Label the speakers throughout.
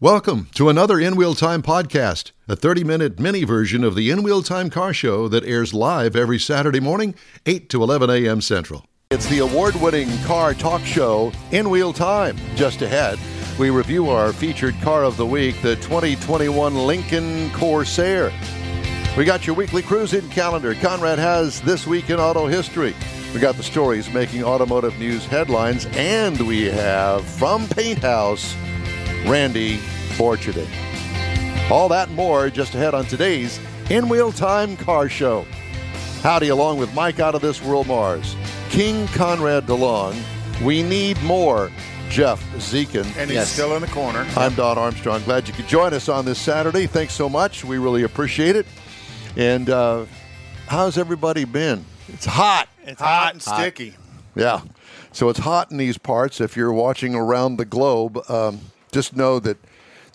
Speaker 1: Welcome to another In Wheel Time podcast, a 30 minute mini version of the In Wheel Time car show that airs live every Saturday morning, 8 to 11 a.m. Central. It's the award winning car talk show, In Wheel Time. Just ahead, we review our featured car of the week, the 2021 Lincoln Corsair. We got your weekly cruise in calendar. Conrad has This Week in Auto History. We got the stories making automotive news headlines, and we have from Paint House, Randy Borcherding. All that and more just ahead on today's In Wheel Time Car Show. Howdy, along with Mike out of this world Mars, King Conrad DeLong, We Need More, Jeff Zekin.
Speaker 2: And he's
Speaker 3: Yes.
Speaker 2: still in the corner.
Speaker 1: I'm Don Armstrong. Glad you could join us on this Saturday. Thanks so much. We really appreciate it. And uh, how's everybody been? It's hot.
Speaker 2: It's hot and sticky.
Speaker 1: Yeah. So it's hot in these parts. If you're watching around the globe, um, just know that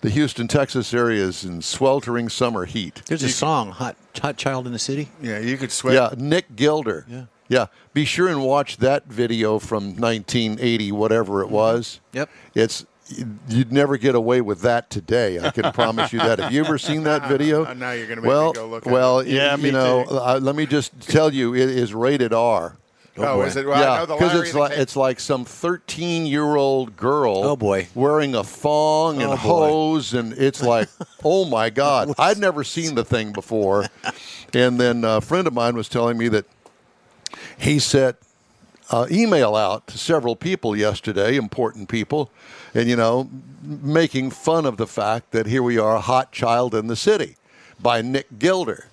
Speaker 1: the Houston, Texas area is in sweltering summer heat.
Speaker 3: There's a song, "Hot Hot Child in the City."
Speaker 2: Yeah, you could sweat.
Speaker 1: Yeah, Nick Gilder.
Speaker 3: Yeah.
Speaker 1: Yeah. Be sure and watch that video from 1980, whatever it
Speaker 2: Mm-hmm.
Speaker 1: was.
Speaker 3: Yep.
Speaker 1: It's you'd never get away with that today. I can promise you that. Have you ever seen that video?
Speaker 2: Uh, Now you're gonna make me
Speaker 1: well,
Speaker 2: go look at
Speaker 1: well,
Speaker 2: it.
Speaker 1: you-
Speaker 2: Yeah,
Speaker 1: you
Speaker 2: me
Speaker 1: know,
Speaker 2: too.
Speaker 1: uh, let me just tell you, it is rated R.
Speaker 2: Oh,
Speaker 3: boy.
Speaker 2: is it? Well, I know the
Speaker 1: because
Speaker 2: Larry
Speaker 1: it's
Speaker 2: the
Speaker 1: like
Speaker 2: Cake-
Speaker 1: it's like some thirteen-year-old girl.
Speaker 3: Oh, boy.
Speaker 1: wearing a thong and
Speaker 3: Oh, boy.
Speaker 1: hose, and it's like, oh my god, I'd never seen the thing before. and then a friend of mine was telling me that he sent uh, email out to several people yesterday, important people, and you know, m- making fun of the fact that here we are, "Hot Child in the City" by Nick Gilder.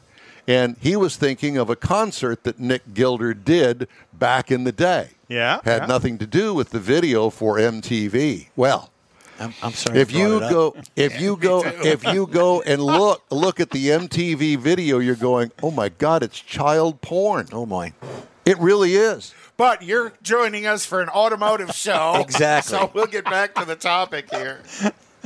Speaker 1: And he was thinking of a concert that Nick Gilder did back in the day.
Speaker 2: Yeah,
Speaker 1: Had
Speaker 2: yeah.
Speaker 1: nothing to do with the video for MTV. Well,
Speaker 3: I'm, I'm sorry. I
Speaker 1: if
Speaker 3: brought
Speaker 1: you
Speaker 3: it up.
Speaker 1: go if you go if you go and look look at the MTV video, you're going, Oh my God, it's child porn.
Speaker 3: oh my,
Speaker 1: It really is.
Speaker 2: but you're joining us for an automotive show.
Speaker 3: Exactly.
Speaker 2: So we'll get back to the topic here.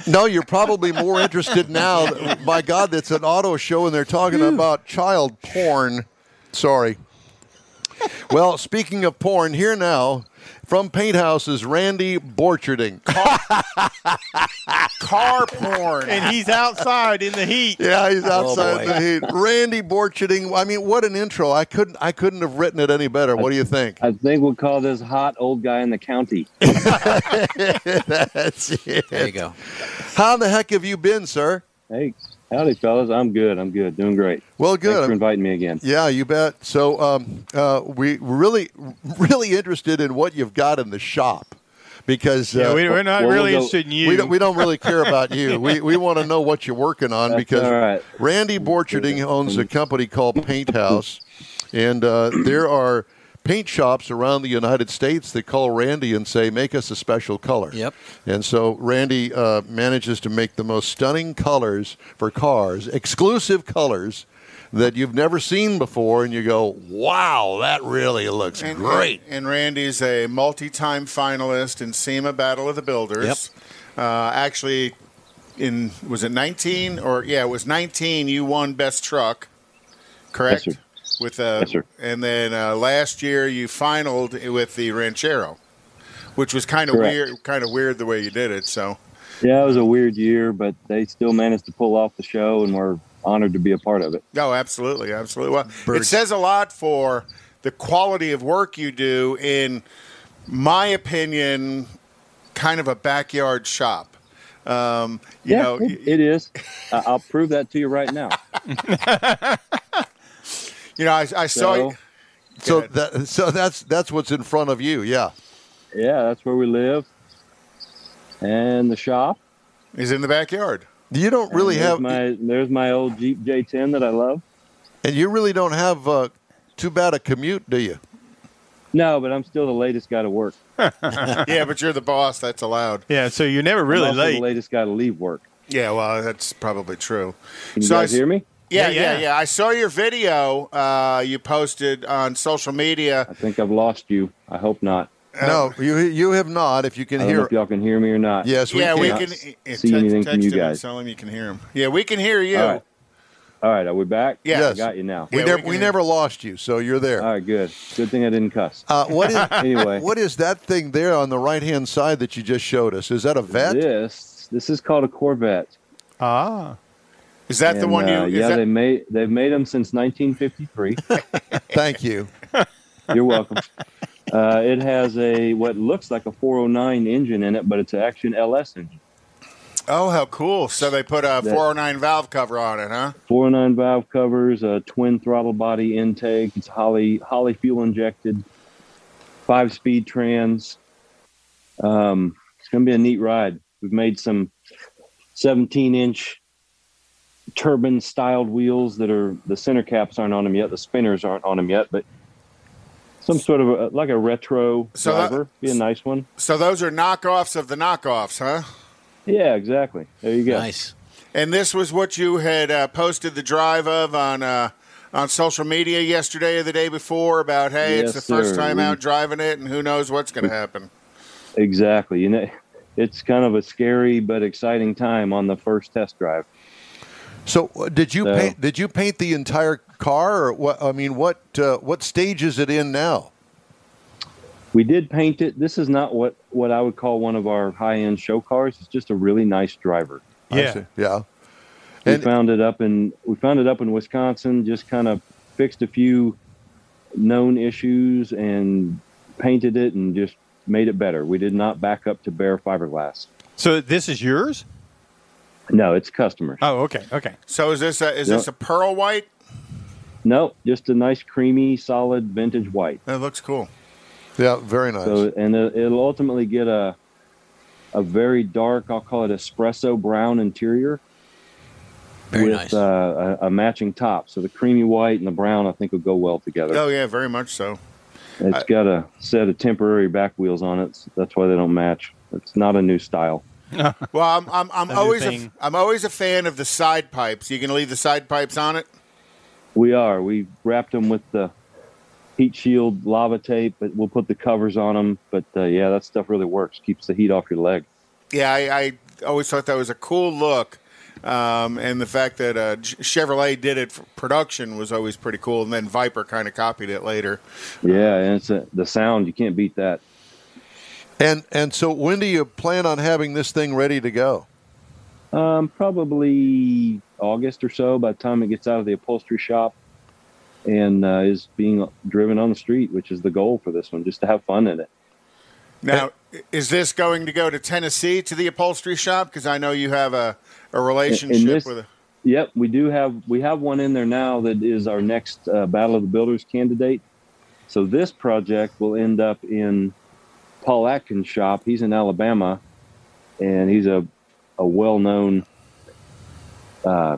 Speaker 1: No, you're probably more interested now. that- My God, it's an auto show and they're talking about child porn. Sorry. Well, speaking of porn, here now from Paint House is Randy Borcherding.
Speaker 2: Car porn.
Speaker 4: and he's outside in the heat.
Speaker 1: Yeah, he's outside
Speaker 3: boy.
Speaker 1: the heat. Oh, Randy Borcherding. I mean, what an intro! I couldn't, I couldn't have written it any better. What do you think?
Speaker 5: I think we'll call this hot old guy in the county.
Speaker 1: That's it.
Speaker 3: there you go.
Speaker 1: How the heck have you been, sir?
Speaker 5: Hey, howdy, fellas. I'm good. I'm good. Doing great.
Speaker 1: Well, good.
Speaker 5: Thanks
Speaker 1: I'm-
Speaker 5: for inviting me again.
Speaker 1: Yeah, you bet. So um, uh, we really, really interested in what you've got in the shop because uh,
Speaker 4: Yeah, we, we're not
Speaker 5: Well,
Speaker 4: really
Speaker 5: we'll go-
Speaker 4: interested in you.
Speaker 1: we don't we don't really care about you. We we want to know what you're working on
Speaker 5: That's
Speaker 1: because
Speaker 5: all right.
Speaker 1: Randy Borcherding owns a company called Paint House, and uh, there are paint shops around the United States that call Randy and say, "Make us a special color."
Speaker 3: Yep.
Speaker 1: And so Randy uh, manages to make the most stunning colors for cars, exclusive colors. That you've never seen before, and you go, "Wow, that really looks
Speaker 2: And-
Speaker 1: great!"
Speaker 2: And Randy's a multi-time finalist in SEMA Battle of the Builders. Uh, actually, in was it 19 or yeah, it was 19. You won best truck, correct?
Speaker 5: Yes,
Speaker 2: With uh,
Speaker 5: Yes, sir.
Speaker 2: and then uh, last year you finaled with the Ranchero, which was kind of
Speaker 5: Correct.
Speaker 2: weird. Kind of weird the way you did it. So
Speaker 5: Yeah, it was a weird year, but they still managed to pull off the show, and we're honored to be a part of it.
Speaker 2: no, Oh, absolutely, absolutely. Well, it says a lot for the quality of work you do. In my opinion, kind of a backyard shop. Um, you
Speaker 5: yeah,
Speaker 2: know,
Speaker 5: it- it is. I- I'll prove that to you right now.
Speaker 2: You know, I, I saw.
Speaker 5: So,
Speaker 2: you.
Speaker 1: So
Speaker 2: Good.
Speaker 1: that so that's that's what's in front of you, yeah.
Speaker 5: yeah, that's where we live, and the shop.
Speaker 2: He's in the backyard.
Speaker 1: You don't really
Speaker 5: And there's
Speaker 1: have
Speaker 5: my there's my old Jeep J10 that I love.
Speaker 1: And you really don't have uh, too bad a commute, do you?
Speaker 5: No, but I'm still the latest guy to work.
Speaker 2: yeah, but you're the boss. That's allowed.
Speaker 4: yeah, so you're never
Speaker 5: I'm
Speaker 4: really
Speaker 5: also
Speaker 4: late.
Speaker 5: The latest guy to leave work.
Speaker 2: Yeah, well, that's probably true.
Speaker 5: Can you
Speaker 2: So I
Speaker 5: guys
Speaker 2: s-
Speaker 5: hear me?
Speaker 2: Yeah, yeah,
Speaker 4: Yeah,
Speaker 2: yeah.
Speaker 4: yeah.
Speaker 2: I saw your video uh, you posted on social media.
Speaker 5: I think I've lost you. I hope not.
Speaker 1: no, you you have not. If you can
Speaker 5: Uh, I don't know
Speaker 1: hear,
Speaker 5: if y'all can hear me or not.
Speaker 1: yes, we
Speaker 2: yeah,
Speaker 1: can.
Speaker 2: we
Speaker 5: I
Speaker 2: can
Speaker 5: see
Speaker 2: yeah,
Speaker 5: anything from you
Speaker 2: him and
Speaker 5: guys?
Speaker 2: Tell him you can hear him. Yeah, we can hear you.
Speaker 5: All right. All right, are we back?
Speaker 2: Yeah.
Speaker 1: Yes.
Speaker 5: I got you now.
Speaker 1: We
Speaker 2: Yeah,
Speaker 1: never
Speaker 2: we
Speaker 1: we,
Speaker 2: can hear.
Speaker 1: never lost you, so you're there.
Speaker 5: All right, good. Good thing I didn't cuss.
Speaker 1: Uh, what is
Speaker 5: Anyway,
Speaker 1: what is that thing there on the right hand side that you just showed us? Is that a vet?
Speaker 5: this This is called a Corvette.
Speaker 4: Ah.
Speaker 2: Is that the
Speaker 5: And,
Speaker 2: one you?
Speaker 5: uh,
Speaker 2: is
Speaker 5: yeah,
Speaker 2: that-
Speaker 5: they made they've made them since 1953.
Speaker 1: Thank you.
Speaker 5: You're welcome. Uh, it has a what looks like a 409 engine in it, but it's an Action LS engine.
Speaker 2: oh, how cool! So they put a 409 valve cover on it, huh?
Speaker 5: 409 valve covers, a twin throttle body intake. It's Holly Holly fuel injected, five speed trans. Um, it's going to be a neat ride. We've made some 17 inch turbine styled wheels that are the center caps aren't on them yet. The spinners aren't on them yet, but some sort of a, like a retro
Speaker 2: So that-
Speaker 5: driver be a nice one.
Speaker 2: So those are knockoffs of the knockoffs, huh?
Speaker 5: Yeah, exactly. There you go.
Speaker 3: Nice.
Speaker 2: And this was what you had uh, posted the drive of on uh, on social media yesterday or the day before about hey, it's
Speaker 5: Yes,
Speaker 2: the first
Speaker 5: sir.
Speaker 2: time
Speaker 5: We-
Speaker 2: out driving it, and who knows what's going to happen.
Speaker 5: Exactly. You know, it's kind of a scary but exciting time on the first test drive.
Speaker 1: So, uh, did you
Speaker 5: So-
Speaker 1: paint? Did you paint the entire car, or what? I mean, what uh, what stage is it in now?
Speaker 5: We did paint it. This is not what what I would call one of our high end show cars. It's just a really nice driver.
Speaker 1: I
Speaker 4: Yeah.
Speaker 1: see. yeah.
Speaker 5: We
Speaker 1: And-
Speaker 5: found it up in we found it up in Wisconsin. Just kind of fixed a few known issues and painted it and just made it better. We did not back up to bare fiberglass.
Speaker 4: So this is yours?
Speaker 5: No, it's customers.
Speaker 4: Oh, okay. Okay.
Speaker 2: So is this a, is
Speaker 5: Yeah.
Speaker 2: this a pearl white?
Speaker 5: No, just a nice creamy, solid vintage white.
Speaker 2: That looks cool.
Speaker 1: Yeah, very nice.
Speaker 5: So, and it- it'll ultimately get a a very dark, I'll call it espresso brown interior
Speaker 3: Very
Speaker 5: with
Speaker 3: nice.
Speaker 5: uh, a, a matching top. So the creamy white and the brown, I think, will go well together.
Speaker 2: Oh yeah, very much so.
Speaker 5: It's got a set of temporary back wheels on it. So that's why they don't match. It's not a new style.
Speaker 2: Well, I'm I'm, I'm
Speaker 4: new
Speaker 2: always a,
Speaker 4: thing.
Speaker 2: I'm always a fan of the side pipes. You can leave the side pipes on it.
Speaker 5: We are. We wrapped them with the heat shield lava tape, but we'll put the covers on them. But uh, yeah, that stuff really works. Keeps the heat off your leg.
Speaker 2: Yeah, I, I always thought that was a cool look. Um, and the fact that uh, Ch- Chevrolet did it for production was always pretty cool. And then Viper kind of copied it later.
Speaker 5: Yeah, and it's a, the sound. You can't beat that.
Speaker 1: and and so, when do you plan on having this thing ready to go?
Speaker 5: Um, probably August or so. By the time it gets out of the upholstery shop and uh, is being driven on the street, which is the goal for this one, just to have fun in it.
Speaker 2: Now, i- is this going to go to Tennessee to the upholstery shop? Because I know you have a, a relationship
Speaker 5: this-
Speaker 2: with. A,
Speaker 5: Yep, we do have we have one in there now that is our next uh, Battle of the Builders candidate. So this project will end up in Paul Atkins' shop. He's in Alabama, and he's a a well known uh,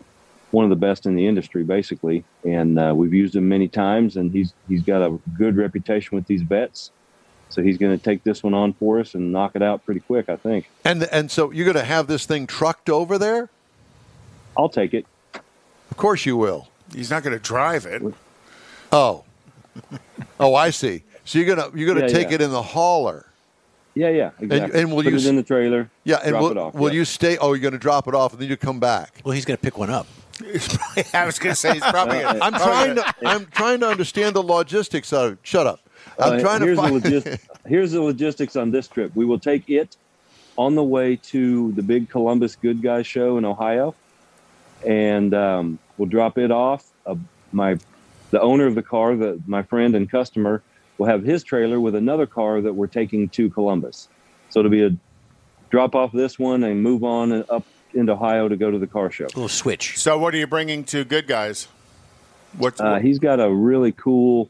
Speaker 5: one of the best in the industry, basically. And uh, we've used him many times, and he's he's got a good reputation with these vets. So he's going to take this one on for us and knock it out pretty quick, I think.
Speaker 1: And and so you're going to have this thing trucked over there?
Speaker 5: I'll take it.
Speaker 1: Of course you will.
Speaker 2: he's not going to drive it.
Speaker 1: Oh, oh, I see. So you're gonna you're gonna
Speaker 5: Yeah,
Speaker 1: take
Speaker 5: yeah.
Speaker 1: it in the hauler.
Speaker 5: Yeah, yeah, exactly.
Speaker 1: and will
Speaker 5: Put
Speaker 1: you
Speaker 5: it
Speaker 1: s-
Speaker 5: in the trailer?
Speaker 1: Yeah, and
Speaker 5: drop
Speaker 1: will,
Speaker 5: it off,
Speaker 1: will
Speaker 5: yeah.
Speaker 1: you stay? Oh, you're going to drop it off, and then you come back.
Speaker 3: Well, he's going to pick one up.
Speaker 2: I was going to say he's probably. gonna-
Speaker 1: I'm trying to I'm trying to understand the logistics of it. Shut up. I'm
Speaker 5: Uh,
Speaker 1: trying to
Speaker 5: here's
Speaker 1: find.
Speaker 5: The logis- here's the logistics on this trip. We will take it on the way to the big Columbus Good Guy show in Ohio, and um, we'll drop it off. Uh, my the owner of the car, the, my friend and customer, will have his trailer with another car that we're taking to Columbus. So it'll be a drop off this one and move on and up into Ohio to go to the car show.
Speaker 3: A little switch.
Speaker 2: so, what are you bringing to good guys? What's
Speaker 5: Uh, he's got a really cool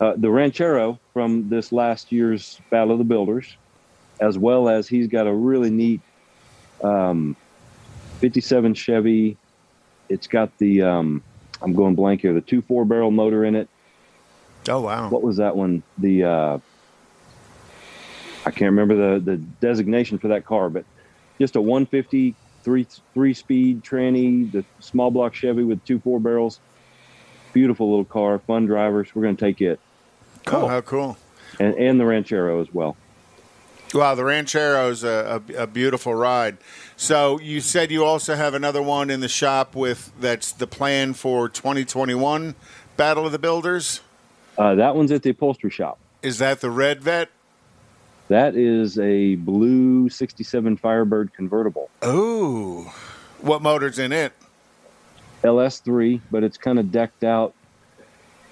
Speaker 5: uh, the ranchero from this last year's Battle of the Builders, as well as he's got a really neat um, '57 Chevy. It's got the um, I'm going blank here. The two four barrel motor in it.
Speaker 2: oh wow!
Speaker 5: What was that one? The uh, I can't remember the the designation for that car, but just a 150 three three speed tranny, the small block Chevy with two four barrels. Beautiful little car, fun drivers. We're going to take it
Speaker 2: Cool. Oh, how cool!
Speaker 5: and, and the Ranchero as well.
Speaker 2: Wow, the Ranchero's a, a, a beautiful ride. So you said you also have another one in the shop with that's the plan for 2021 Battle of the Builders.
Speaker 5: Uh, that one's at the upholstery shop.
Speaker 2: Is that the Red Vet?
Speaker 5: That is a blue 67 Firebird convertible,
Speaker 2: Oh, what motor's in it?
Speaker 5: LS3, but it's kind of decked out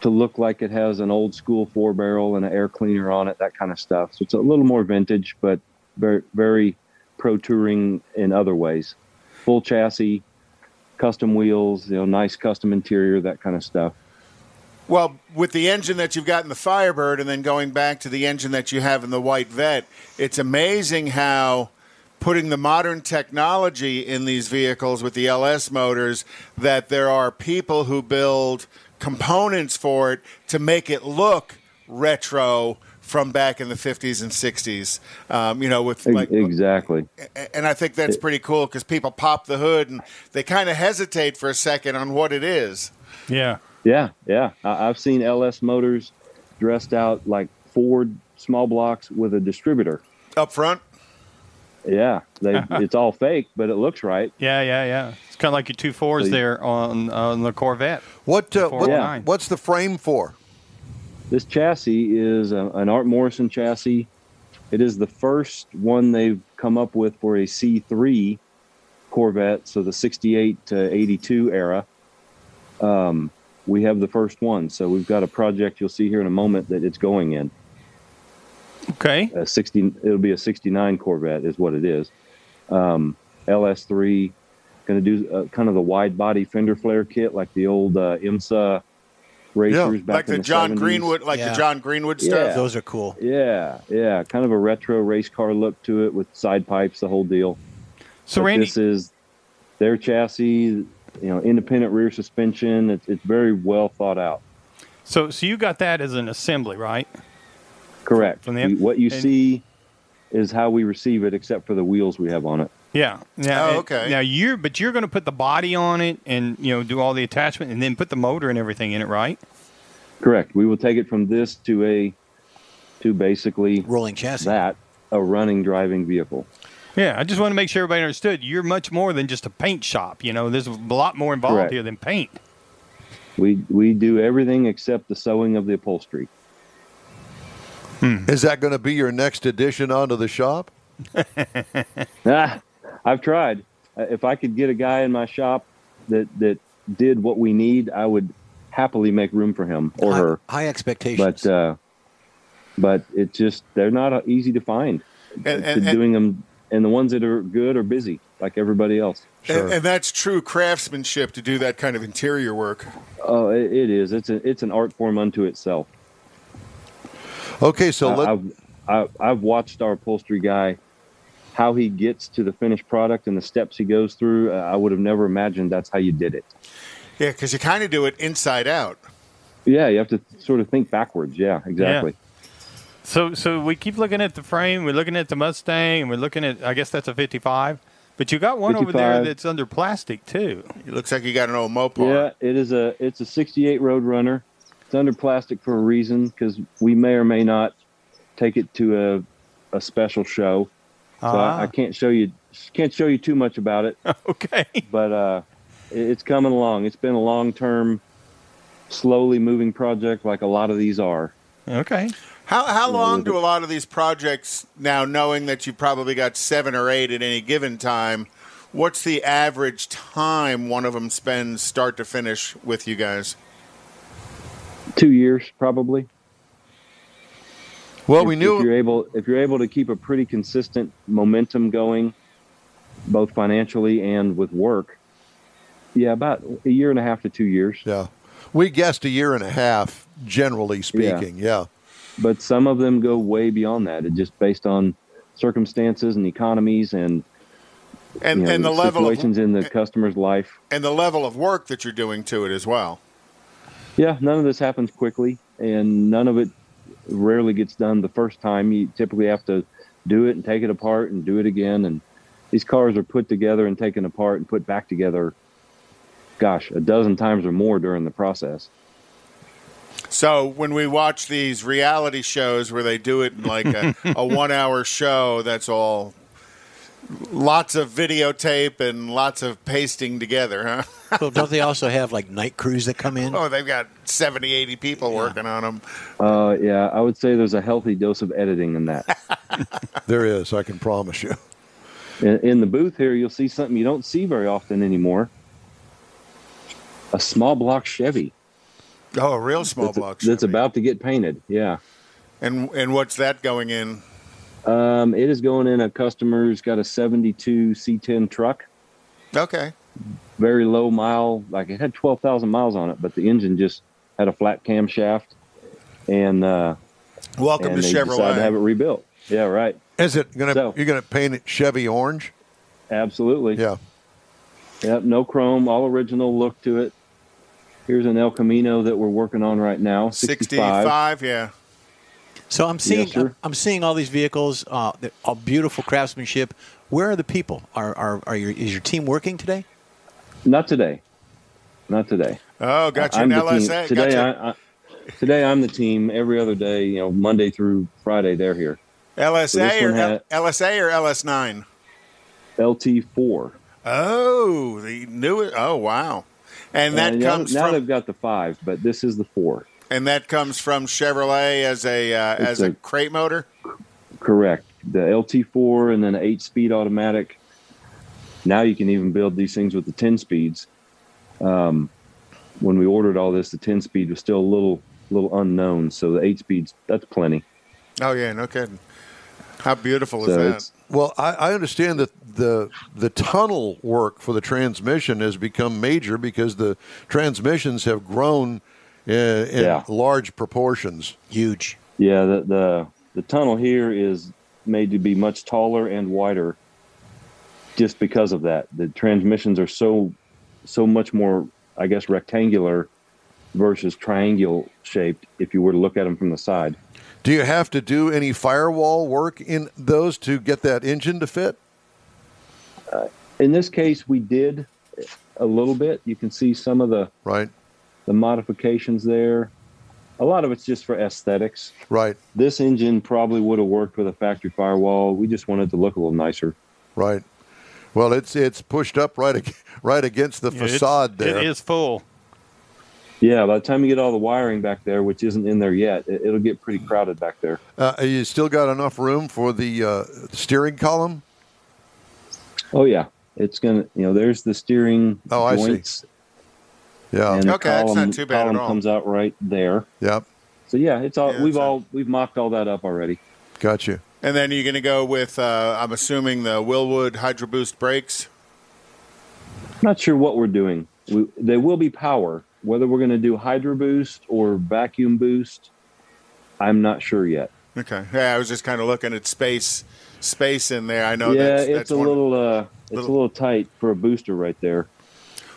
Speaker 5: to look like it has an old school four barrel and an air cleaner on it, that kind of stuff. So it's a little more vintage, but very, very pro touring in other ways. Full chassis, custom wheels, you know, nice custom interior, that kind of stuff.
Speaker 2: Well, with the engine that you've got in the Firebird and then going back to the engine that you have in the White Vet, it's amazing how putting the modern technology in these vehicles with the LS motors that there are people who build components for it to make it look retro from back in the 50s and 60s. Um, you know, with
Speaker 5: Ex-
Speaker 2: like
Speaker 5: exactly.
Speaker 2: and I think that's pretty cool because people pop the hood and they kind of hesitate for a second on what it is.
Speaker 4: Yeah.
Speaker 5: Yeah, yeah. I, I've seen LS Motors dressed out like Ford small blocks with a distributor.
Speaker 2: Up front,
Speaker 5: Yeah, they, it's all fake, but it looks right.
Speaker 4: Yeah, yeah, yeah. It's kind of like your two fours there on on the Corvette.
Speaker 1: What, uh,
Speaker 4: The
Speaker 1: what
Speaker 4: 409.
Speaker 1: what's the frame for?
Speaker 5: This chassis is a, an Art Morrison chassis. It is the first one they've come up with for a C3 Corvette, so the 68 to 82 era. Um, we have the first one, so we've got a project you'll see here in a moment that it's going in.
Speaker 4: Okay.
Speaker 5: a 60 it'll be a 69 corvette is what it is um, ls3 going to do uh, kind of the wide body fender flare kit like the old uh, imsa racers back
Speaker 2: like
Speaker 5: in
Speaker 2: the John
Speaker 5: 70s.
Speaker 2: Greenwood, like
Speaker 3: Yeah.
Speaker 2: the John Greenwood
Speaker 5: Yeah.
Speaker 2: stuff.
Speaker 3: Those are cool.
Speaker 5: yeah yeah kind of a retro race car look to it with side pipes the whole deal
Speaker 4: So
Speaker 5: But
Speaker 4: Randy,
Speaker 5: this is their chassis you know independent rear suspension it's, it's very well thought out
Speaker 4: so so you got that as an assembly, right?
Speaker 5: correct
Speaker 4: From the-
Speaker 5: You- what you
Speaker 4: and-
Speaker 5: see is how we receive it except for the wheels we have on it
Speaker 4: Yeah. Now,
Speaker 2: Oh,
Speaker 4: it-
Speaker 2: okay.
Speaker 4: Now you're but you're going to put the body on it and you know do all the attachment and then put the motor and everything in it, right?
Speaker 5: Correct. We will take it from this to a to basically
Speaker 3: Rolling chassis.
Speaker 5: that a running driving vehicle.
Speaker 4: Yeah. I just want to make sure everybody understood. You're much more than just a paint shop. You know, there's a lot more involved
Speaker 5: Correct.
Speaker 4: here than paint.
Speaker 5: We we do everything except the sewing of the upholstery.
Speaker 1: Is that going to be your next addition onto the shop?
Speaker 5: Ah, I've tried. Uh, If I could get a guy in my shop that that did what we need, I would happily make room for him or
Speaker 3: high,
Speaker 5: her.
Speaker 3: high expectations.
Speaker 5: But uh, but it's just they're not uh, easy to find.
Speaker 2: and,
Speaker 5: To
Speaker 2: and, and,
Speaker 5: doing them, and the ones that are good are busy, like everybody else.
Speaker 2: and- and that's true craftsmanship to do that kind of interior work.
Speaker 5: Oh, it, it is. It's a, it's an art form unto itself.
Speaker 1: Okay, so
Speaker 5: Uh, I-
Speaker 1: let,
Speaker 5: I've, I, I've watched our upholstery guy, how he gets to the finished product and the steps he goes through. Uh, I would have never imagined that's how you did it.
Speaker 2: Yeah, because you kind of do it inside out.
Speaker 5: Yeah, you have to sort of think backwards. Yeah, exactly.
Speaker 4: So so we keep looking at the frame. We're looking at the Mustang and we're looking at I guess that's a 55. But you got one over there
Speaker 5: 55.
Speaker 4: that's under plastic too.
Speaker 2: It looks like you got an old
Speaker 5: Yeah,
Speaker 2: Mopar.
Speaker 5: it is a it's a '68 Roadrunner. It's under plastic for a reason because we may or may not take it to a a special show. So
Speaker 4: Ah.
Speaker 5: I, I can't show you can't show you too much about it.
Speaker 4: Okay.
Speaker 5: but uh, it- it's coming along. It's been a long term, slowly moving project, like a lot of these are.
Speaker 4: Okay.
Speaker 2: How how long
Speaker 5: with
Speaker 2: do a lot of these projects now, knowing that you've probably got seven or eight at any given time? What's the average time one of them spends start to finish with you guys?
Speaker 5: Two years, probably.
Speaker 1: well,
Speaker 5: if,
Speaker 1: we
Speaker 5: if
Speaker 1: knew
Speaker 5: you're able if you're able to keep a pretty consistent momentum going, both financially and with work. Yeah, about a year and a half to two years.
Speaker 1: Yeah. We guessed a year and a half, generally speaking. Yeah.
Speaker 5: But some of them go way beyond that. It just based on circumstances and economies and
Speaker 2: And
Speaker 5: you know,
Speaker 2: and the level of,
Speaker 5: situations in the customer's life.
Speaker 2: and the level of work that you're doing to it as well.
Speaker 5: Yeah, none of this happens quickly, and none of it rarely gets done the first time. You typically have to do it and take it apart and do it again. And these cars are put together and taken apart and put back together, gosh, a dozen times or more during the process.
Speaker 2: So when we watch these reality shows where they do it in like a, a one hour show, that's all Lots of videotape and lots of pasting together,
Speaker 5: uh,
Speaker 2: huh?
Speaker 3: well, don't they also have like night crews that come in?
Speaker 2: oh, they've got 70, 80 people working on them.
Speaker 5: Uh, yeah, I would say there's a healthy dose of editing in that.
Speaker 1: There is, I can promise you.
Speaker 5: in, in the booth here, you'll see something you don't see very often anymore. A small block Chevy
Speaker 2: Oh, a real small
Speaker 5: that's,
Speaker 2: block.
Speaker 5: that's
Speaker 2: Chevy.
Speaker 5: about to get painted. Yeah.
Speaker 2: And and what's that going in?
Speaker 5: Um, it is going in a customer's got a 72 C10 truck,
Speaker 2: Okay.
Speaker 5: very low mile. Like it had 12,000 miles on it, but the engine just had a flat camshaft and, uh,
Speaker 2: Welcome
Speaker 5: and
Speaker 2: to
Speaker 5: they decided to have it
Speaker 2: Chevrolet.
Speaker 5: rebuilt. Yeah, right.
Speaker 1: Is it gonna?
Speaker 5: So-
Speaker 1: you're gonna paint it Chevy orange?
Speaker 5: Absolutely.
Speaker 1: Yeah.
Speaker 5: Yep, no chrome, all original look to it. Here's an El Camino that we're working on right now. 65.
Speaker 2: 65, yeah.
Speaker 3: So I'm seeing
Speaker 5: sir.
Speaker 3: I'm, I'm seeing all these vehicles, uh, that- all beautiful craftsmanship. Where are the people? Are are, are your is your team working today?
Speaker 5: Not today. Not today.
Speaker 2: Oh, got you
Speaker 5: I'm
Speaker 2: an
Speaker 5: the team.
Speaker 2: LSA.
Speaker 5: Today,
Speaker 2: Got you.
Speaker 5: I, I, today I'm the team. Every other day, you know, Monday through Friday, they're here.
Speaker 2: LSA
Speaker 5: this
Speaker 2: or
Speaker 5: one had-
Speaker 2: L- LSA or LS9?
Speaker 5: LT4.
Speaker 2: Oh, the new. Oh, wow. And that
Speaker 5: And now-
Speaker 2: comes
Speaker 5: Uh, now,
Speaker 2: from
Speaker 5: they've got the five, but this is the four.
Speaker 2: and that comes from Chevrolet as a uh, as a
Speaker 5: a-
Speaker 2: crate motor.
Speaker 5: Correct. The LT4 and then an eight speed automatic. Now you can even build these things with the 10 speeds. Um, when we ordered all this, the 10 speed was still a little little unknown. So the eight speeds, that's plenty.
Speaker 2: Oh yeah, no kidding. How beautiful
Speaker 5: So
Speaker 2: is
Speaker 5: it's-
Speaker 1: Well, I, I understand that the the tunnel work for the transmission has become major because the transmissions have grown uh, in
Speaker 5: Yeah.
Speaker 1: large proportions.
Speaker 3: Huge.
Speaker 5: Yeah, the, the the tunnel here is made to be much taller and wider just because of that. The transmissions are so so much more I guess rectangular versus triangular shaped if you were to look at them from the side.
Speaker 1: Do you have to do any firewall work in those to get that engine to fit?
Speaker 5: In this case we did a little bit. You can see some of the
Speaker 1: Right,
Speaker 5: the modifications there. A lot of it's just for aesthetics.
Speaker 1: right,
Speaker 5: This engine probably would have worked with a factory firewall. We just wanted to look a little nicer.
Speaker 1: right. Well, it's it's pushed up right ag- right against the
Speaker 4: It's-
Speaker 1: facade there.
Speaker 4: It is full.
Speaker 5: Yeah, by the time you get all the wiring back there, which isn't in there yet, it, it'll get pretty crowded back there.
Speaker 1: Uh, you still got enough room for the uh, steering column?
Speaker 5: Oh yeah, it's gonna. You know, there's the steering
Speaker 1: Oh, I see.
Speaker 5: joints,
Speaker 1: Yeah,
Speaker 5: and the
Speaker 2: Oh, Okay, that's not
Speaker 5: column-
Speaker 2: too bad at
Speaker 5: column
Speaker 2: all.
Speaker 5: comes out right there.
Speaker 1: yeah.
Speaker 5: So yeah, it's all
Speaker 2: Yeah,
Speaker 5: we've
Speaker 2: it's a-
Speaker 5: all we've mocked all that up already.
Speaker 1: Got you.
Speaker 2: that? And then you're going to go with uh, I'm assuming the Willwood Hydro Boost brakes.
Speaker 5: Not sure what we're doing. We, there will be power. Whether we're going to do hydro boost or vacuum boost, I'm not sure yet.
Speaker 2: Okay. Yeah, I was just kind of looking at space space in there. I know
Speaker 5: yeah,
Speaker 2: that's,
Speaker 5: it's
Speaker 2: that's
Speaker 5: a
Speaker 2: one-
Speaker 5: little uh, it's
Speaker 2: little-
Speaker 5: a little tight for a booster right there.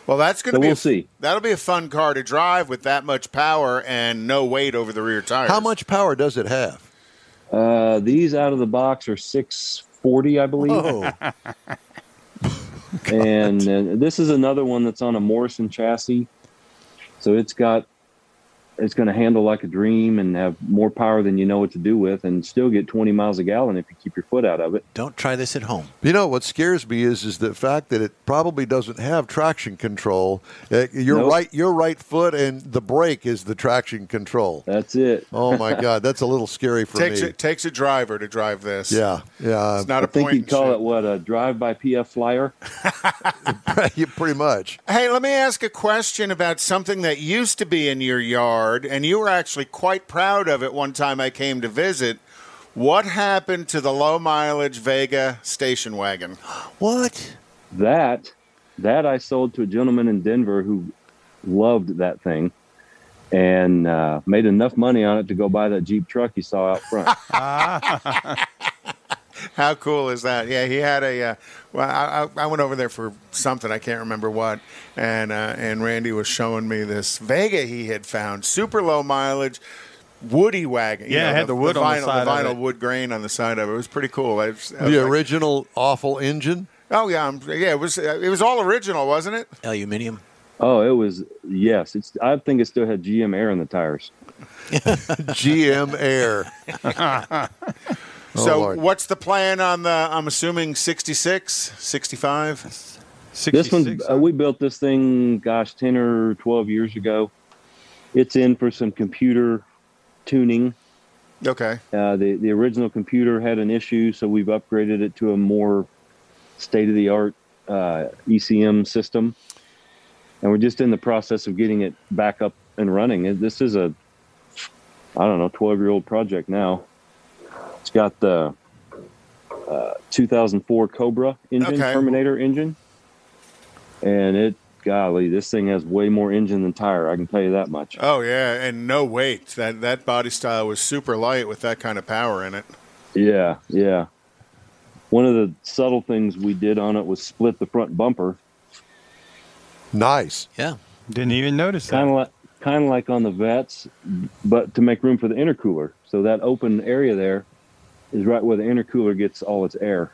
Speaker 2: Well, that's going to
Speaker 5: So
Speaker 2: be
Speaker 5: we'll
Speaker 2: a-
Speaker 5: see.
Speaker 2: That'll be a fun car to drive with that much power and no weight over the rear tires.
Speaker 1: How much power does it have?
Speaker 5: Uh, these out of the box are 640, I believe.
Speaker 1: Oh,
Speaker 5: and uh, this is another one that's on a Morrison chassis, so it's got it's going to handle like a dream and have more power than you know what to do with, and still get 20 miles a gallon if you keep your foot out of it.
Speaker 3: Don't try this at home.
Speaker 1: You know what scares me is is the fact that it probably doesn't have traction control. Uh, your
Speaker 5: Nope.
Speaker 1: right your right foot and the brake is the traction control.
Speaker 5: That's it.
Speaker 1: Oh my god, that's a little scary for
Speaker 2: takes
Speaker 1: me.
Speaker 2: it takes a driver to drive this?
Speaker 1: Yeah, yeah,
Speaker 2: it's not
Speaker 5: I
Speaker 2: a
Speaker 5: think
Speaker 2: point.
Speaker 5: you'd
Speaker 2: and
Speaker 5: call
Speaker 2: shoot.
Speaker 5: it what a drive by PF flyer.
Speaker 1: you- pretty much.
Speaker 2: Hey, let me ask a question about something that used to be in your yard, and you were actually quite proud of it one time I came to visit. What happened to the low mileage Vega station wagon?
Speaker 3: What?
Speaker 5: That that I sold to a gentleman in Denver who loved that thing and uh, made enough money on it to go buy that Jeep truck you saw out front.
Speaker 2: How cool is that? Yeah, he had a. Uh, well, I, I I went over there for something I can't remember what, and uh, and Randy was showing me this Vega he had found, super low mileage, woody wagon.
Speaker 4: Yeah, it had the wood
Speaker 2: vinyl,
Speaker 4: on the side
Speaker 2: the
Speaker 4: of
Speaker 2: vinyl
Speaker 4: it.
Speaker 2: wood grain on the side of it. It was pretty cool. I was, I was
Speaker 1: The
Speaker 2: like,
Speaker 1: original awful engine.
Speaker 2: oh yeah, I'm, yeah. It was uh, it was all original, wasn't it?
Speaker 3: Aluminium.
Speaker 5: Oh, it was yes. It's I think it still had GM air in the tires.
Speaker 1: GM Air.
Speaker 2: so
Speaker 1: Oh, Lord.
Speaker 2: what's the plan on the? I'm assuming 66, 65.
Speaker 5: This one, uh, we built this thing, gosh, 10 or 12 years ago. It's in for some computer tuning.
Speaker 2: Okay.
Speaker 5: Uh, the, the original computer had an issue, so we've upgraded it to a more state of the art uh, ECM system. And we're just in the process of getting it back up and running. And This is a, I don't know, 12 year old project now. It's got the uh, 2004 Cobra engine,
Speaker 2: Okay.
Speaker 5: Terminator engine. And it, golly, this thing has way more engine than tire. I can tell you that much.
Speaker 2: Oh yeah, and no weight. That that body style was super light with that kind of power in it.
Speaker 5: Yeah, yeah. One of the subtle things we did on it was split the front bumper,
Speaker 1: Nice.
Speaker 3: Yeah.
Speaker 4: Didn't even notice that.
Speaker 5: kind of like kind of like on the vets, but to make room for the intercooler. So that open area there is right where the intercooler gets all its air.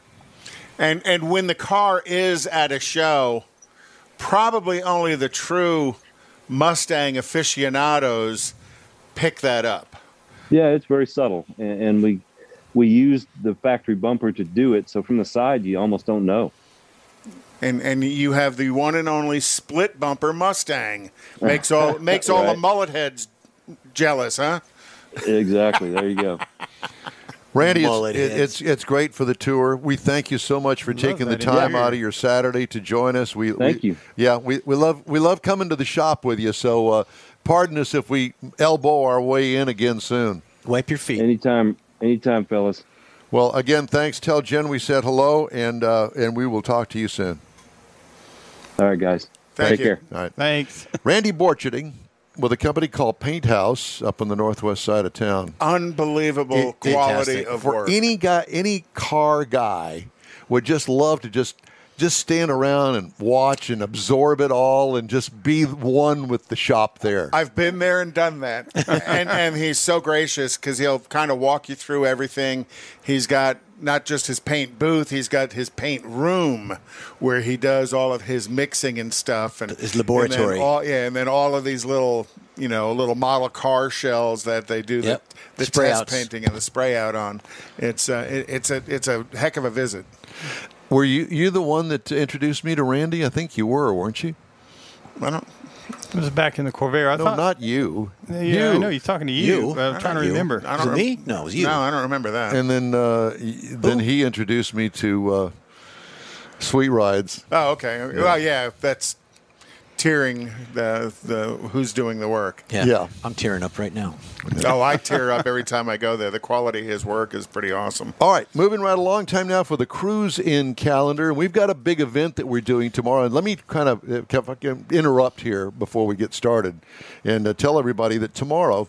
Speaker 2: And and when the car is at a show, probably only the true Mustang aficionados pick that up.
Speaker 5: Yeah, it's very subtle, and, and we we used the factory bumper to do it. So from the side, you almost don't know.
Speaker 2: And and you have the one and only split bumper Mustang. Makes all makes all the
Speaker 5: Right.
Speaker 2: mullet heads jealous, huh?
Speaker 5: Exactly. There you go.
Speaker 1: Randy, it's,
Speaker 3: Mullet
Speaker 1: it- it's
Speaker 3: heads.
Speaker 1: it's great for the tour. We thank you so much for taking the
Speaker 4: that
Speaker 1: time
Speaker 4: interview.
Speaker 1: out of your Saturday to join us. We
Speaker 5: Thank
Speaker 1: we-
Speaker 5: you.
Speaker 1: Yeah, we, we love we love coming to the shop with you. So uh, pardon us if we elbow our way in again soon.
Speaker 3: Wipe your feet.
Speaker 5: Anytime, anytime, fellas.
Speaker 1: Well, again, thanks. Tell Jen we said hello, and uh, and we will talk to you soon.
Speaker 5: All right, guys.
Speaker 2: Thank
Speaker 5: Take
Speaker 2: you.
Speaker 5: care.
Speaker 1: All right.
Speaker 4: Thanks.
Speaker 1: Randy Borcherding with a company called Paint House up on the northwest side of town.
Speaker 2: Unbelievable
Speaker 3: Fantastic.
Speaker 2: quality of
Speaker 1: for
Speaker 2: work.
Speaker 1: any guy, any car guy would just love to just just stand around and watch and absorb it all and just be one with the shop there.
Speaker 2: I've been there and done that. and and he's so gracious because he'll kind of walk you through everything. He's got not just his paint booth, he's got his paint room where he does all of his mixing and stuff and
Speaker 3: His laboratory.
Speaker 2: and then all, yeah, and then all of these little you know, little model car shells that they do
Speaker 3: Yep.
Speaker 2: the, the
Speaker 3: Spray
Speaker 2: test
Speaker 3: outs.
Speaker 2: painting and the spray out on. It's uh, it, it's a it's a heck of a visit.
Speaker 1: were you you the one that introduced me to Randy? I think you were, weren't you?
Speaker 2: I don't,
Speaker 4: It was back in the Corvair. I
Speaker 1: No,
Speaker 4: thought,
Speaker 1: not you.
Speaker 4: Yeah,
Speaker 1: you.
Speaker 4: I know he's talking to you.
Speaker 3: You.
Speaker 4: but I'm trying to
Speaker 3: You.
Speaker 4: remember.
Speaker 2: I
Speaker 3: Was
Speaker 2: don't
Speaker 3: it me? No, it was you.
Speaker 2: No, I don't remember that.
Speaker 1: And then uh, y- then he introduced me to uh, Sweet Rides.
Speaker 2: Oh, okay. Well, yeah, that's tearing the the who's doing the work.
Speaker 3: Yeah.
Speaker 1: Yeah.
Speaker 3: I'm tearing up right now.
Speaker 2: oh, I tear up every time I go there. The quality of his work is pretty awesome.
Speaker 1: All right, moving right along. Time now for the cruise in calendar. We've got a big event that we're doing tomorrow, and let me kind of uh, if I can interrupt here before we get started, and uh, tell everybody that tomorrow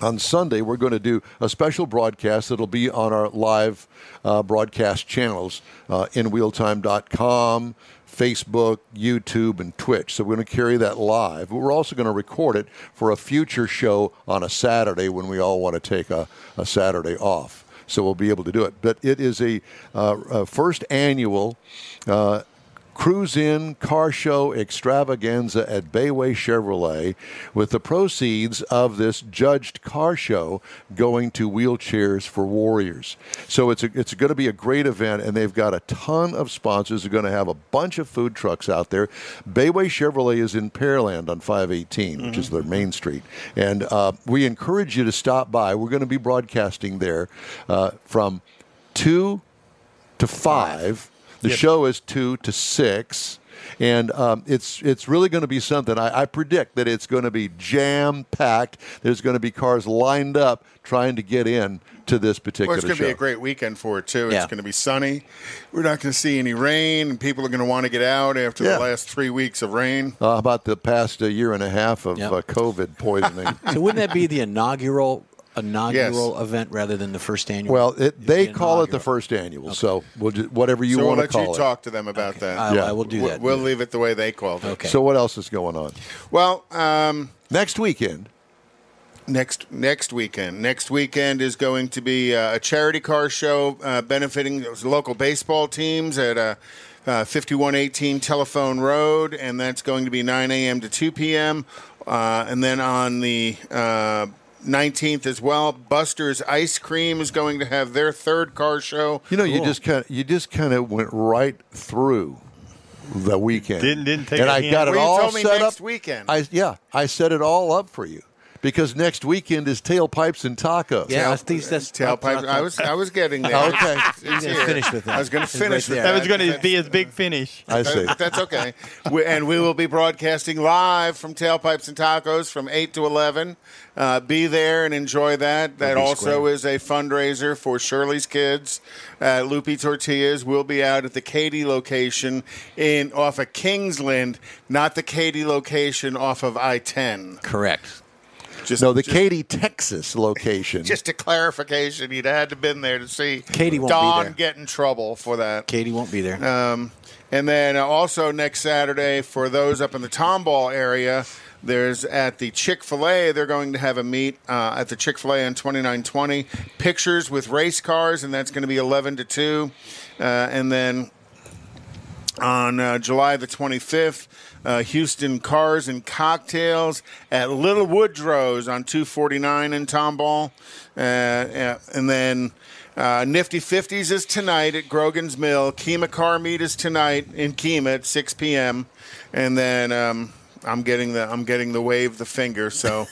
Speaker 1: on Sunday, we're going to do a special broadcast that'll be on our live uh, broadcast channels uh, inwheeltime.com, Facebook, YouTube, and Twitch. So we're going to carry that live. But we're also going to record it for a future show on a Saturday when we all want to take a, a Saturday off. So we'll be able to do it. But it is a, uh, a first annual uh, Cruise In Car Show Extravaganza at Bayway Chevrolet, with the proceeds of this judged car show going to Wheelchairs for Warriors. So it's a, it's going to be a great event, and they've got a ton of sponsors. They're going to have a bunch of food trucks out there. Bayway Chevrolet is in Pearland on 518, which is their main street, and uh, we encourage you to stop by. We're going to be broadcasting there uh, from two to five. The show is two to six, and um, it's it's really going to be something. I, I predict that it's going to be jam packed. There's going to be cars lined up trying to get in to this particular
Speaker 2: Well, it's going to
Speaker 1: show.
Speaker 2: be a great weekend for it too.
Speaker 3: Yeah.
Speaker 2: It's going to be sunny. We're not going to see any rain, and people are going to want to get out after
Speaker 1: Yeah.
Speaker 2: the last three weeks of rain.
Speaker 1: uh, how about the past uh, year and a half of
Speaker 3: Yep.
Speaker 1: uh, COVID poisoning.
Speaker 3: So wouldn't that be the inaugural inaugural event rather than the first annual?
Speaker 1: well, it, they
Speaker 3: The
Speaker 1: call it the
Speaker 3: inaugural.
Speaker 1: first annual, so we'll ju- whatever you
Speaker 2: so we'll
Speaker 1: want to
Speaker 2: let you
Speaker 1: call it.
Speaker 2: talk to them about that.
Speaker 3: I'll,
Speaker 1: yeah.
Speaker 3: I will do
Speaker 2: We-
Speaker 3: that.
Speaker 2: We'll leave it the way they called it.
Speaker 3: Okay.
Speaker 1: So what else is going on
Speaker 2: Well, um,
Speaker 1: next weekend?
Speaker 2: next next weekend. Next weekend is going to be uh, a charity car show uh, benefiting local baseball teams at uh, uh, 5118 Telephone Road, and that's going to be 9 a.m. to 2 p.m. Uh, and then on the uh, 19th as well. Buster's Ice Cream is going to have their third car show.
Speaker 1: You know, you just kind of you just kind of went right through the weekend.
Speaker 4: Didn't- didn't take
Speaker 1: And
Speaker 4: a
Speaker 1: I
Speaker 4: hint.
Speaker 1: got it
Speaker 2: Well, you
Speaker 1: all
Speaker 2: told me
Speaker 1: set
Speaker 2: next
Speaker 1: up.
Speaker 2: weekend.
Speaker 1: I yeah, I set it all up for you because next weekend is tailpipes and tacos.
Speaker 3: Yeah, I think that's
Speaker 2: Tailpipe. I was I was getting there.
Speaker 1: Okay.
Speaker 3: You're gonna
Speaker 2: here.
Speaker 3: finish with that.
Speaker 2: I was going to
Speaker 3: It's
Speaker 2: finish
Speaker 3: right
Speaker 2: with
Speaker 3: there.
Speaker 2: that.
Speaker 4: That was going to be his big finish.
Speaker 1: I see.
Speaker 2: That- That's okay. We, and we will be broadcasting live from Tailpipes and Tacos from 8 to 11. Uh, be there and enjoy that. That also is a fundraiser for Shirley's Kids. Uh, Loopy Tortillas will be out at the Katy location in off of Kingsland, not the Katy location off of I 10.
Speaker 3: correct.
Speaker 2: Just,
Speaker 1: No, the
Speaker 2: just,
Speaker 1: Katy, Texas location.
Speaker 2: just a clarification. You'd had to been there to see
Speaker 3: Katy won't be
Speaker 2: Don
Speaker 3: there.
Speaker 2: get in trouble for that.
Speaker 3: Katie won't be there.
Speaker 2: Um, and then uh, also next Saturday, for those up in the Tomball area, there's at the Chick fil A, they're going to have a meet uh, at the Chick fil A on 2920. Pictures with race cars, and that's going to be 11 to 2. Uh, and then on uh, July the 25th, uh, Houston Cars and Cocktails at Little Woodrow's on 249 in Tomball. Uh, uh, and then uh, Nifty 50s is tonight at Grogan's Mill. Kima Car Meet is tonight in Kima at 6 p.m. And then um, I'm getting the I'm getting the wave the finger. So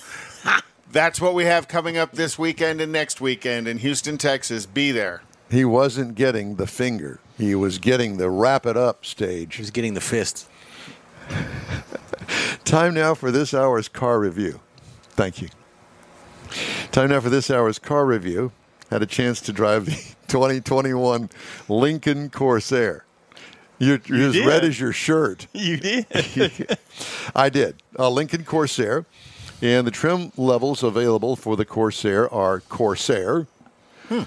Speaker 2: that's what we have coming up this weekend and next weekend in Houston, Texas. Be there.
Speaker 1: He wasn't getting the finger. He was getting the wrap it up stage.
Speaker 3: She's getting the fist.
Speaker 1: Time now for this hour's car review. Thank you. Time now for this hour's car review. Had a chance to drive the 2021 Lincoln Corsair. You're, you're as
Speaker 4: did.
Speaker 1: red as your shirt.
Speaker 4: You did.
Speaker 1: I did. A Lincoln Corsair. And the trim levels available for the Corsair are Corsair,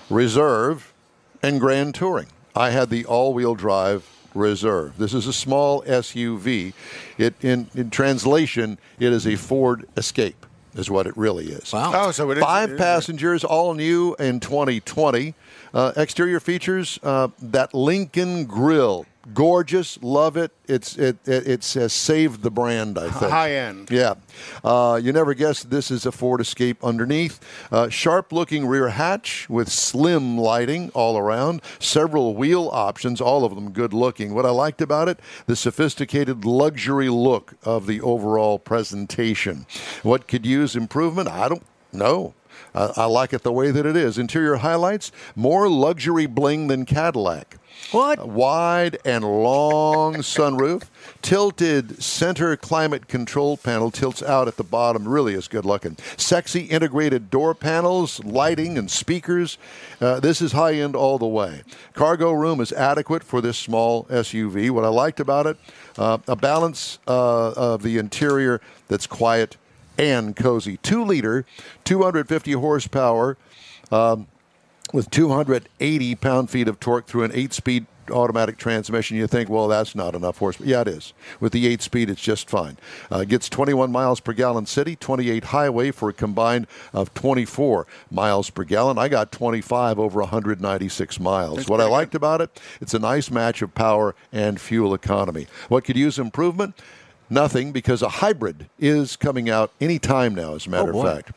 Speaker 1: Reserve, and Grand Touring. I had the all wheel drive Reserve. This is a small SUV. It, in, in translation, it is a Ford Escape, is what it really is.
Speaker 3: Wow.
Speaker 2: Oh, so it is
Speaker 1: Five
Speaker 2: it is-
Speaker 1: passengers, all new in 2020. Uh, exterior features: uh, that Lincoln grill, gorgeous, love it. It's it it, it says saved the brand. I think
Speaker 2: high end.
Speaker 1: Yeah, uh, you never guessed this is a Ford Escape underneath. Uh, sharp-looking rear hatch with slim lighting all around. Several wheel options, all of them good-looking. What I liked about it: the sophisticated luxury look of the overall presentation. What could use improvement? I don't no. I, I like it the way that it is. Interior highlights more luxury bling than Cadillac.
Speaker 3: What?
Speaker 1: A wide and long sunroof, tilted center climate control panel tilts out at the bottom. Really is good looking. Sexy integrated door panels, lighting, and speakers. Uh, this is high end all the way. Cargo room is adequate for this small SUV. What I liked about it, uh, a balance uh, of the interior that's quiet and cozy. Two liter, 250 horsepower with 280 pound feet of torque through an eight speed automatic transmission, you think, well, that's not enough horsepower. Yeah, it is. With the eight speed, it's just fine. Uh, it gets 21 miles per gallon city, 28 highway for a combined of 24 miles per gallon. I got 25 over 196 miles. what I liked about it, it's a nice match of power and fuel economy. What could use improvement? Nothing because a hybrid is coming out any time now, as a matter
Speaker 3: boy.
Speaker 1: of fact.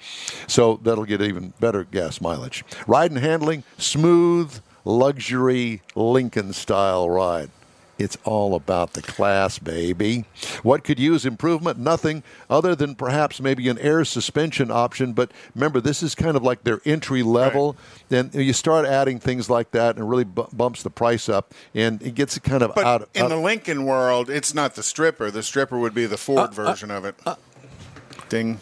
Speaker 1: So that'll get even better gas mileage. Ride and handling, smooth, luxury Lincoln style ride. It's all about the class, baby. What could use improvement? Nothing other than perhaps maybe an air suspension option. But remember, this is kind of like their entry level. Then you start adding things like that, and it really bu- bumps the price up, and it gets it kind of
Speaker 2: But
Speaker 1: out. of
Speaker 2: in
Speaker 6: uh
Speaker 2: the Lincoln world, it's not the stripper. The stripper would be the
Speaker 6: Uh,
Speaker 2: Ford version of it. Ding.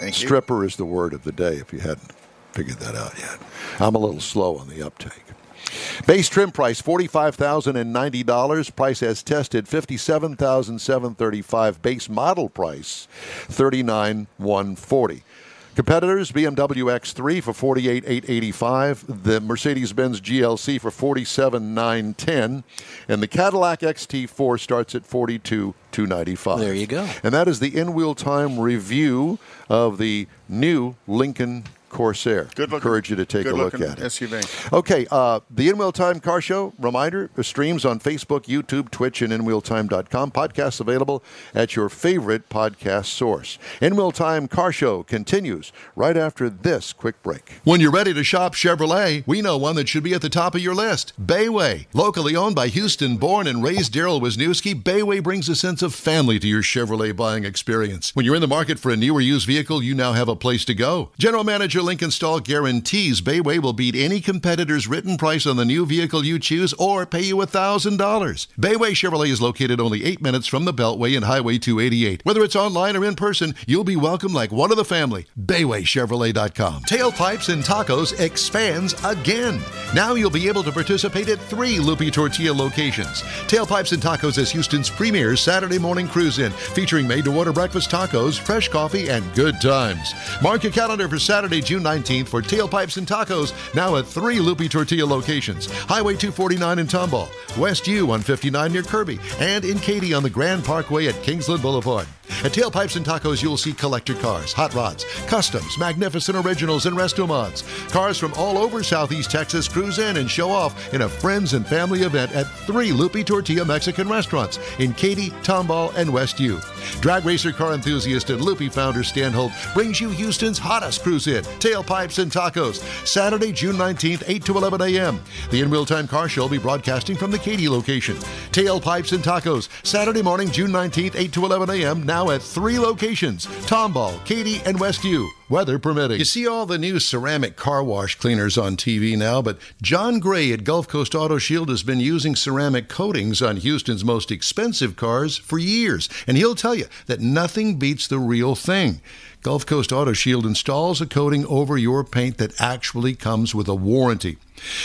Speaker 2: Thank you.
Speaker 1: Stripper is the word of the day if you hadn't figured that out yet. I'm a little slow on the uptake. Base trim price $45,090. Price as tested $57,735. Base model price $39,140. Competitors BMW X3 for $48,885, the Mercedes Benz GLC for $47,910, and the Cadillac XT4 starts at $42,295.
Speaker 3: There you go.
Speaker 1: And that is the in wheel time review of the new Lincoln
Speaker 6: Corsair.
Speaker 2: Good looking.
Speaker 6: Encourage you to take
Speaker 2: good
Speaker 6: a look
Speaker 2: looking
Speaker 6: at it.
Speaker 2: SUV.
Speaker 6: Okay, uh, the In Wheel Time Car Show, reminder, the streams on Facebook, YouTube, Twitch, and InWheelTime.com. Podcasts available at your favorite podcast source. In Wheel Time Car Show continues right after this quick break.
Speaker 1: When you're ready to shop Chevrolet, we know one that should be at the top of your list Bayway. Locally owned by Houston born and raised Daryl Wisniewski, Bayway brings a sense of family to your Chevrolet buying experience. When you're in the market for a new or used vehicle, you now have a place to go. General Manager Lincoln Stahl guarantees Bayway will beat any competitor's written price on the new vehicle you choose or pay you $1,000. Bayway Chevrolet is located only eight minutes from the Beltway and Highway 288. Whether it's online or in person, you'll be welcome like one of the family. BaywayChevrolet.com. Tailpipes and Tacos expands again. Now you'll be able to participate at three Loopy Tortilla locations. Tailpipes and Tacos is Houston's premier Saturday morning cruise in, featuring made to order breakfast tacos, fresh coffee, and good times. Mark your calendar for Saturday, June 19th for Tailpipes and Tacos, now at three Loopy Tortilla locations Highway 249 in Tomball, West U on 59 near Kirby, and in Katy on the Grand Parkway at Kingsland Boulevard. At Tailpipes and Tacos, you'll see collector cars, hot rods, customs, magnificent originals, and resto mods. Cars from all over Southeast Texas cruise in and show off in a friends and family event at three Loopy Tortilla Mexican restaurants in Katy, Tomball, and West U. Drag racer car enthusiast and Loopy founder Stan Holt brings you Houston's hottest cruise in, Tailpipes and Tacos, Saturday, June 19th, 8 to 11 a.m. The In Real Time Car Show will be broadcasting from the Katy location. Tailpipes and Tacos, Saturday morning, June 19th, 8 to 11 a.m., now at three locations Tomball, Katy, and Westview, weather permitting. You see all the new ceramic car wash cleaners on TV now, but John Gray at Gulf Coast Auto Shield has been using ceramic coatings on Houston's most expensive cars for years, and he'll tell you that nothing beats the real thing. Gulf Coast Auto Shield installs a coating over your paint that actually comes with a warranty.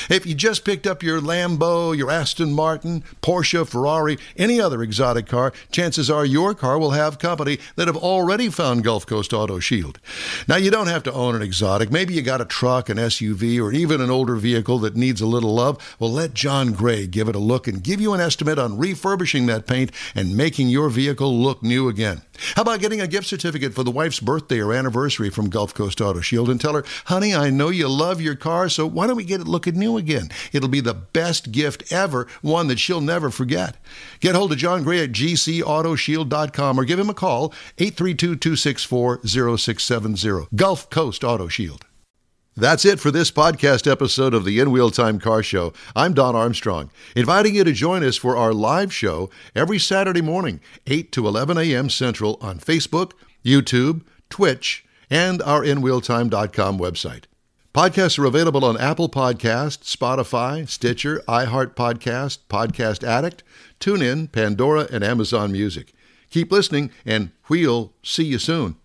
Speaker 1: If you just picked up your Lambo, your Aston Martin, Porsche, Ferrari, any other exotic car, chances are your car will have company that have already found Gulf Coast Auto Shield. Now you don't have to own an exotic. Maybe you got a truck, an SUV, or even an older vehicle that needs a little love. Well, let John Gray give it a look and give you an estimate on refurbishing that paint and making your vehicle look new again. How about getting a gift certificate for the wife's birthday or anniversary from Gulf Coast Auto Shield and tell her, honey, I know you love your car, so why don't we get it looking new again? It'll be the best gift ever, one that she'll never forget. Get hold of John Gray at gcautoshield.com or give him a call, 832 264 0670. Gulf Coast Auto Shield. That's it for this podcast episode of the In Wheel Time Car Show. I'm Don Armstrong, inviting you to join us for our live show every Saturday morning, 8 to 11 a.m. Central on Facebook, YouTube, Twitch, and our InWheelTime.com website. Podcasts are available on Apple Podcast, Spotify, Stitcher, iHeart Podcast, Podcast Addict, TuneIn, Pandora, and Amazon Music. Keep listening, and we'll see you soon.